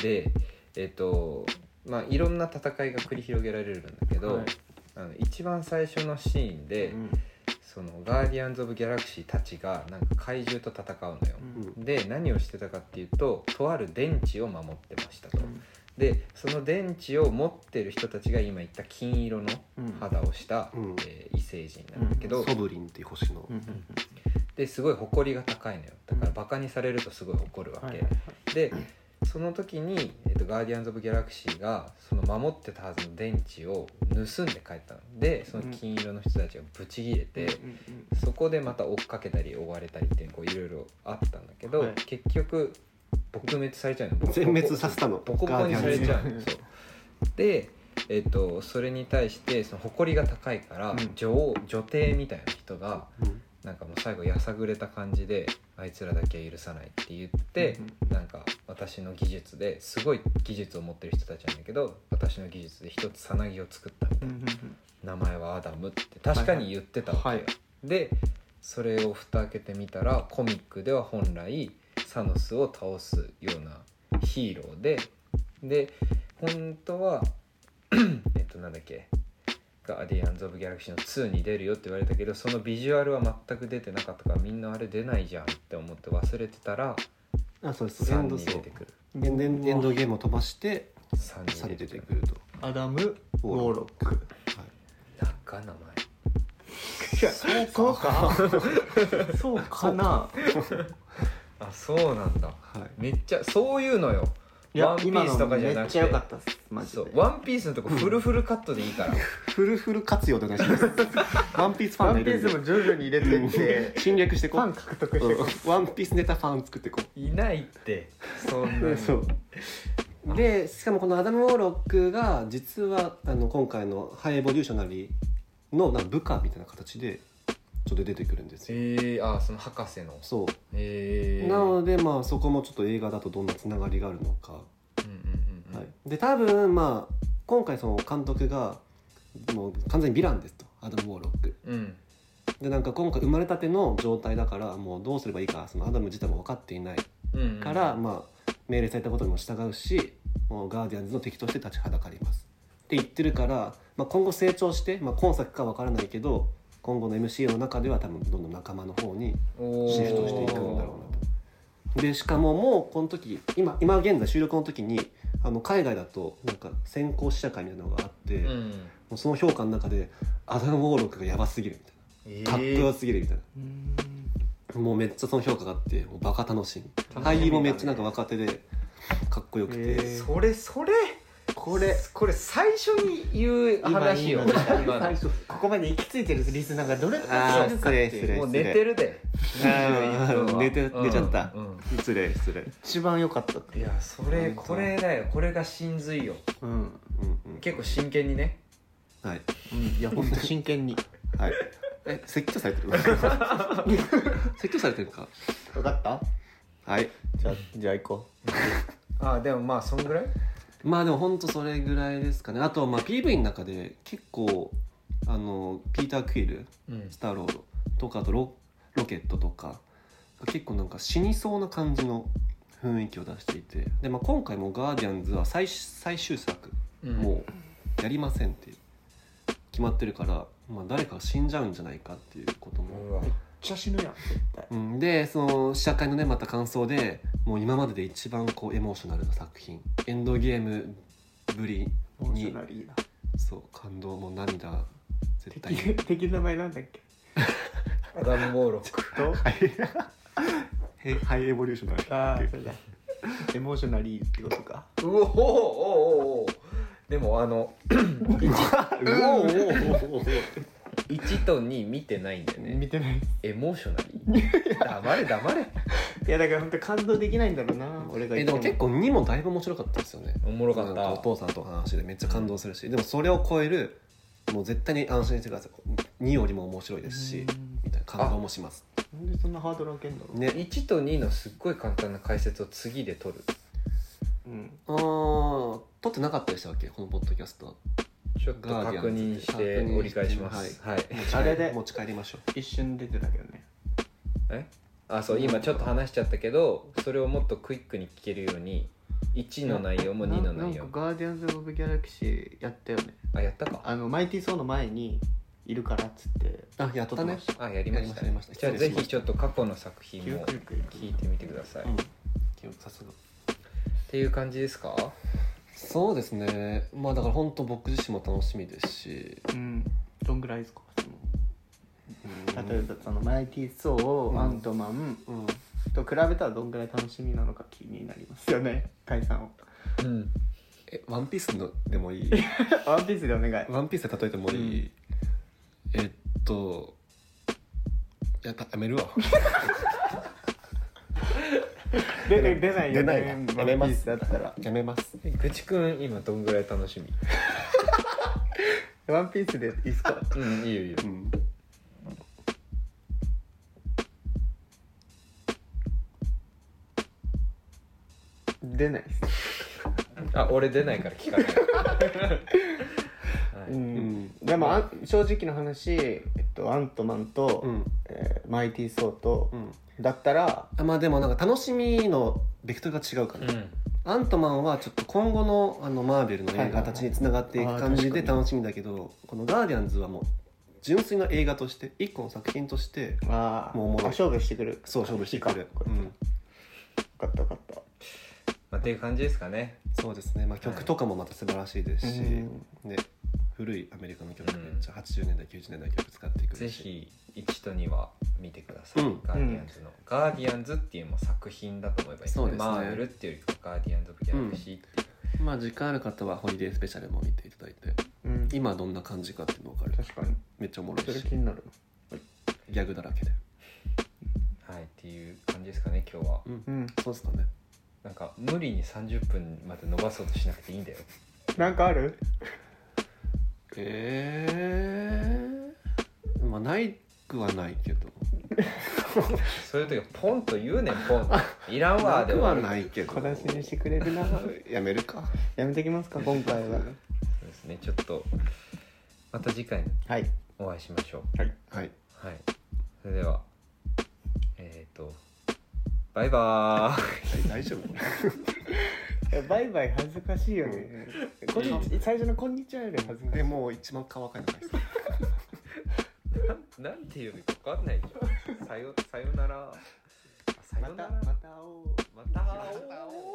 [SPEAKER 1] でえっとまあいろんな戦いが繰り広げられるんだけど、
[SPEAKER 3] はい
[SPEAKER 1] あの一番最初のシーンで、
[SPEAKER 3] うん
[SPEAKER 1] そのガーディアンズ・オブ・ギャラクシーたちがなんか怪獣と戦うのよ、
[SPEAKER 2] うん
[SPEAKER 1] で何をしてたかっていうととある電池を守ってましたと、でその電池を持ってる人たちが今言った金色の
[SPEAKER 3] うん
[SPEAKER 1] 肌をした、
[SPEAKER 2] うん
[SPEAKER 1] えー異星人なんだけど、
[SPEAKER 2] ソブリンっていう星の
[SPEAKER 3] うんうん
[SPEAKER 1] ですごい誇りが高いのよだからバカにされるとすごい怒るわけ、
[SPEAKER 3] はいはいはい
[SPEAKER 1] でその時に、えっとガーディアンズ・オブ・ギャラクシーがその守ってたはずの電池を盗んで帰ったのでその金色の人たちがブチギレて、
[SPEAKER 3] うんうん
[SPEAKER 1] そこでまた追っかけたり追われたりっていうこういろいろあったんだけど、
[SPEAKER 3] はい
[SPEAKER 1] 結局撲滅されちゃうの
[SPEAKER 2] 全滅させたの
[SPEAKER 1] ボコボコにされちゃう
[SPEAKER 3] ガーディア
[SPEAKER 1] の
[SPEAKER 3] ンズ
[SPEAKER 1] そうで、えっとそれに対してその誇りが高いから、
[SPEAKER 3] うん
[SPEAKER 1] 女王女帝みたいな人が
[SPEAKER 2] うん
[SPEAKER 1] なんかもう最後やさぐれた感じであいつらだけは許さないって言って、なんか私の技術ですごい技術を持ってる人たちなんだけど私の技術で一つさなぎを作ったみた
[SPEAKER 3] う
[SPEAKER 1] い
[SPEAKER 3] ん
[SPEAKER 1] な、
[SPEAKER 3] うんうん
[SPEAKER 1] 名前はアダムって確かに言ってたわけよ、
[SPEAKER 3] はいはい
[SPEAKER 1] でそれを蓋開けてみたらコミックでは本来サノスを倒すようなヒーローでで本当は <clears throat> えっとなんだっけガーディアンズ・オブ・ギャラクシーの2に出るよって言われたけどそのビジュアルは全く出てなかったからみんなあれ出ないじゃんって思って忘れてたら
[SPEAKER 2] あそうですエ
[SPEAKER 1] 3
[SPEAKER 2] ンド
[SPEAKER 1] に
[SPEAKER 2] そ
[SPEAKER 1] 出
[SPEAKER 2] う
[SPEAKER 1] てくる
[SPEAKER 2] エンドエンドゲームを飛ばして
[SPEAKER 1] 3
[SPEAKER 2] 3
[SPEAKER 1] に
[SPEAKER 2] に
[SPEAKER 1] 出て
[SPEAKER 2] 出て
[SPEAKER 1] く
[SPEAKER 2] く
[SPEAKER 1] る
[SPEAKER 2] ると
[SPEAKER 3] アダム・
[SPEAKER 2] ウ
[SPEAKER 3] ウォ
[SPEAKER 2] ォ
[SPEAKER 3] ー
[SPEAKER 2] ー
[SPEAKER 3] ロ
[SPEAKER 2] ロ
[SPEAKER 3] ック
[SPEAKER 1] なんか名前
[SPEAKER 3] いやそうかそうかな
[SPEAKER 1] あそうなんだ
[SPEAKER 2] はい
[SPEAKER 1] めっちゃそういうのよ
[SPEAKER 3] いや
[SPEAKER 1] ワンピースとかじゃなくて
[SPEAKER 3] 今のめっちゃ良かったっすマジ
[SPEAKER 1] そ
[SPEAKER 3] で
[SPEAKER 1] うワンピースのとこフルフルカットでいいから
[SPEAKER 2] フルフル活用でお願いします
[SPEAKER 3] <laughs>
[SPEAKER 2] ワンピースファ
[SPEAKER 3] ワ
[SPEAKER 2] ンが
[SPEAKER 3] ン
[SPEAKER 2] い
[SPEAKER 3] ピ
[SPEAKER 2] る
[SPEAKER 3] ー
[SPEAKER 2] んで
[SPEAKER 3] スも徐々に入れてって
[SPEAKER 2] 侵略して
[SPEAKER 3] フ
[SPEAKER 2] こ
[SPEAKER 3] ァン
[SPEAKER 2] う
[SPEAKER 3] 獲得してこ
[SPEAKER 2] うんワンピースネタファン作ってこ
[SPEAKER 1] いないってそん
[SPEAKER 2] う
[SPEAKER 1] なに
[SPEAKER 2] <laughs> そうでしかもこのアダム・ウォーロックが実はあの今回のハイエボリューショナリーのなんか部下みたいな形でちょっと出てくるんですよ
[SPEAKER 1] えー、あその博士の
[SPEAKER 2] そう
[SPEAKER 1] えー、
[SPEAKER 2] なのでまあそこもちょっと映画だとどんなつながりがあるのか、
[SPEAKER 1] うんうんうんうん、
[SPEAKER 2] はい、で多分まあ今回その監督がもう完全にヴィランですとアダム・ウォーロック
[SPEAKER 1] うん
[SPEAKER 2] でなんか今回生まれたての状態だからもうどうすればいいかそのアダム自体も分かっていない
[SPEAKER 1] うんうん、
[SPEAKER 2] から、まあ命令されたことにも従うしもうガーディアンズの敵として立ちはだかりますって言ってるから、まあ、今後成長して、まあ、今作か分からないけど今後の MCU の中では多分どんどん仲間の方にシフトしていくんだろうなと。でしかももうこの時今今現在収録の時にあの海外だとなんか先行試写会みたいなのがあって、
[SPEAKER 1] う
[SPEAKER 2] も
[SPEAKER 1] ん
[SPEAKER 2] うその評価の中でアダム・ウォーロックがやばすぎるみたい
[SPEAKER 1] え
[SPEAKER 2] なかっこよすぎるみたいな、
[SPEAKER 3] ううん
[SPEAKER 2] もうめっちゃその評価があってもうバカ楽しみ
[SPEAKER 1] 楽しみだね
[SPEAKER 2] 俳優もめっちゃなんか若手でかっこよくて、
[SPEAKER 3] へー
[SPEAKER 1] それそれ
[SPEAKER 3] これ
[SPEAKER 1] これ最初に言う話よ
[SPEAKER 3] 今今今
[SPEAKER 1] 今の
[SPEAKER 3] 最初ここまで行き着いてるリスナーがどれだけ
[SPEAKER 2] あー
[SPEAKER 3] 聞くかって
[SPEAKER 2] 失礼失礼
[SPEAKER 1] もう寝てるで21分
[SPEAKER 2] あー
[SPEAKER 1] は
[SPEAKER 2] 寝て
[SPEAKER 1] うん
[SPEAKER 2] 寝ちゃった
[SPEAKER 1] うん
[SPEAKER 2] 失礼失礼、
[SPEAKER 3] 一番良かったって
[SPEAKER 1] いやそれこれだよこれが真髄よ
[SPEAKER 3] うん
[SPEAKER 2] うんうん、
[SPEAKER 1] 結構真剣にね
[SPEAKER 2] はい
[SPEAKER 3] うんいや本当真剣に
[SPEAKER 2] はいえ説教されてる <laughs> 説教されてるか
[SPEAKER 3] 分かった
[SPEAKER 2] はい
[SPEAKER 3] じゃあじゃあ行こ
[SPEAKER 1] あーでもまあそんぐらい
[SPEAKER 2] まあでも本当それぐらいですかねあとまあ PV の中で結構あのピーター・クイル
[SPEAKER 1] うん
[SPEAKER 2] スターロードとかあとロロケットとか結構なんか死にそうな感じの雰囲気を出していてで、まあ、今回も「ガーディアンズ」は最最終作
[SPEAKER 1] うん
[SPEAKER 2] もうやりませんって決まってるから、まあ、誰かが死んじゃうんじゃないかっていうことも
[SPEAKER 1] うわ
[SPEAKER 3] うじゃあ死ぬやん
[SPEAKER 2] うん、でその試写会のねまた感想でもう今までで一番こうエモーショナルな作品エンドゲームぶり
[SPEAKER 3] モーシ
[SPEAKER 2] に
[SPEAKER 3] ョナリーだ
[SPEAKER 2] そう感動も涙絶対に
[SPEAKER 3] 敵敵の名前なんだっけ
[SPEAKER 1] アダム・ウォーロック
[SPEAKER 3] と <laughs>
[SPEAKER 2] ハイハイエボリューショナル
[SPEAKER 3] ああそれだエモーショナリーってこと <laughs> か
[SPEAKER 1] うおおおおおでもあの1と2見てないんだよね
[SPEAKER 3] 見てない
[SPEAKER 1] エモーショナリー黙れ黙れ
[SPEAKER 3] いやだから本当感動できないんだろうな俺が
[SPEAKER 2] えで
[SPEAKER 3] 言って
[SPEAKER 2] も結構2もだいぶ面白かったですよね
[SPEAKER 1] おもろかっ
[SPEAKER 2] なんお
[SPEAKER 1] た
[SPEAKER 2] 父さんとの話でめっちゃ感動するしでもそれを超えるもう絶対に安心してください2よりも面白いですし
[SPEAKER 3] うん
[SPEAKER 2] みたいな感動もします
[SPEAKER 3] なんでそんなハードル上げんだろう、
[SPEAKER 2] ね
[SPEAKER 1] 1と2のすっごい簡単な解説を次で取る
[SPEAKER 3] うん、
[SPEAKER 2] あー撮ってなかったでしたっけこのポッドキャストは
[SPEAKER 1] ちょっと
[SPEAKER 2] ガーディ
[SPEAKER 1] 確
[SPEAKER 2] アンズ
[SPEAKER 1] 認して
[SPEAKER 2] 確認して
[SPEAKER 1] 折り返しますはい、
[SPEAKER 2] 持ち帰
[SPEAKER 3] あれで
[SPEAKER 2] 持ち帰りましょう
[SPEAKER 3] 一瞬出てたけどね
[SPEAKER 1] えあそう今ちょっと話しちゃったけどそれをもっとクイックに聞けるように1の内容も2の内
[SPEAKER 3] なな
[SPEAKER 1] 容
[SPEAKER 3] んかガーディアンズ・オブ・ギャラクシーやったよね
[SPEAKER 1] あやったか
[SPEAKER 3] あのマイティー・ソーの前にいるからっつって
[SPEAKER 2] あやっ
[SPEAKER 3] 撮
[SPEAKER 2] た
[SPEAKER 3] ま
[SPEAKER 2] ね
[SPEAKER 3] した
[SPEAKER 1] あやりました,、ね、
[SPEAKER 2] やりました
[SPEAKER 1] じゃあぜひちょっと過去の作品
[SPEAKER 3] ゆっ
[SPEAKER 1] も
[SPEAKER 3] くりゆっくり
[SPEAKER 1] 聞いてみてください、
[SPEAKER 2] う
[SPEAKER 1] っ
[SPEAKER 2] ん記憶さすが
[SPEAKER 1] ていう感じですか
[SPEAKER 2] そうですねまあだから本当僕自身も楽しみですし
[SPEAKER 3] うんどんぐらいですかそ
[SPEAKER 2] うん
[SPEAKER 3] の例えばそのマイティー・ソーをアントマン
[SPEAKER 2] うん
[SPEAKER 3] と比べたらどんぐらい楽しみなのか気になりますよね解散
[SPEAKER 2] <laughs>
[SPEAKER 3] を
[SPEAKER 1] うん
[SPEAKER 2] えワンピースのでもいい
[SPEAKER 3] ワンピースでお願い
[SPEAKER 2] ワンピースで例えてもいい、えっとやったやめるわ <laughs>
[SPEAKER 3] 出ない出ないよ
[SPEAKER 2] 出ない
[SPEAKER 3] ね
[SPEAKER 2] やめ
[SPEAKER 3] ワ
[SPEAKER 2] ま
[SPEAKER 3] ンピー
[SPEAKER 2] す
[SPEAKER 3] スだったら
[SPEAKER 2] やめます
[SPEAKER 1] えぐちくん今どんぐらい楽しみ
[SPEAKER 3] ワンピースでいいですか
[SPEAKER 1] うんいいよいいよ
[SPEAKER 2] うん
[SPEAKER 3] 出ないです
[SPEAKER 1] あ俺出ないから聞かない、
[SPEAKER 3] う
[SPEAKER 1] はい、
[SPEAKER 2] うんん
[SPEAKER 3] でもあん正直な話、えっと、アントマンと、
[SPEAKER 2] うん
[SPEAKER 3] えーマイティー・ソーと、
[SPEAKER 2] うん
[SPEAKER 3] だったら
[SPEAKER 2] あまあでもなんか楽しみのベクトルが違うから、
[SPEAKER 1] うん
[SPEAKER 2] アントマンはちょっと今後のあのマーベルの
[SPEAKER 3] はい
[SPEAKER 2] 映
[SPEAKER 3] はいは
[SPEAKER 2] 画
[SPEAKER 3] い
[SPEAKER 2] たちにつながっていく感じで楽しみだけどこの「ガーディアンズ」はもう純粋な映画として一個の作品として
[SPEAKER 3] ああ
[SPEAKER 2] もうおもろい
[SPEAKER 3] 勝負してくる
[SPEAKER 2] そう勝負してくる
[SPEAKER 3] いいかこ、
[SPEAKER 2] う
[SPEAKER 3] れ
[SPEAKER 2] ん、
[SPEAKER 3] よかったよかった
[SPEAKER 1] まあ、っていう感じですかね。
[SPEAKER 2] そうですね、まあ、曲とかもまた素晴らしいですし、
[SPEAKER 3] うん
[SPEAKER 2] ね、古いアメリカの曲めっちゃ80年代90年代曲使っていくし
[SPEAKER 1] ぜひ1と2は見てください、
[SPEAKER 2] うん
[SPEAKER 1] ガーディアンズの、ガーディアンズっていうもう作品だと思えばいいですね
[SPEAKER 2] そうですね
[SPEAKER 1] マーベルっていうよりかガーディアンズ・オブ・ギャラクシーっていう、
[SPEAKER 2] まあ時間ある方はホリデースペシャルも見ていただいて
[SPEAKER 3] うん
[SPEAKER 2] 今どんな感じかっていうの分かる
[SPEAKER 3] 確かに
[SPEAKER 2] めっちゃおもろ
[SPEAKER 3] そ
[SPEAKER 2] い
[SPEAKER 3] れ
[SPEAKER 2] し
[SPEAKER 3] 気になる
[SPEAKER 2] ギャグだらけで、
[SPEAKER 1] はいっていう感じですかね今日は
[SPEAKER 2] うん
[SPEAKER 3] うん
[SPEAKER 2] そうですかね
[SPEAKER 1] なんか無理に30分まで伸ばそうとしなくていいんだよ
[SPEAKER 3] なんかある
[SPEAKER 2] ええまあないくはないけど
[SPEAKER 1] そういう時はポンと言うねんポンいらん
[SPEAKER 2] <laughs>
[SPEAKER 1] わ
[SPEAKER 2] な
[SPEAKER 1] で
[SPEAKER 2] く
[SPEAKER 1] は
[SPEAKER 2] はないけど
[SPEAKER 3] 小出しにしてくれるな
[SPEAKER 2] やめるか
[SPEAKER 3] <laughs> やめてきますか今回は
[SPEAKER 1] そうですねちょっとまた次回
[SPEAKER 3] はい
[SPEAKER 1] お会いしましょ
[SPEAKER 2] はい、
[SPEAKER 1] うはいそれではえっ、ー、とバイバーイ
[SPEAKER 2] 大
[SPEAKER 3] <laughs>
[SPEAKER 2] 丈夫
[SPEAKER 3] いやバイバイ恥ずかしいよねこんにち最初の「こんにちは」より恥ずかしい
[SPEAKER 2] でもう一番顔赤いのがいいです
[SPEAKER 1] <laughs> なんていうのか分かんないじゃん。さよ、さよなら。あさ
[SPEAKER 3] ま
[SPEAKER 1] よなら。
[SPEAKER 3] たまた会おう
[SPEAKER 1] また会おう。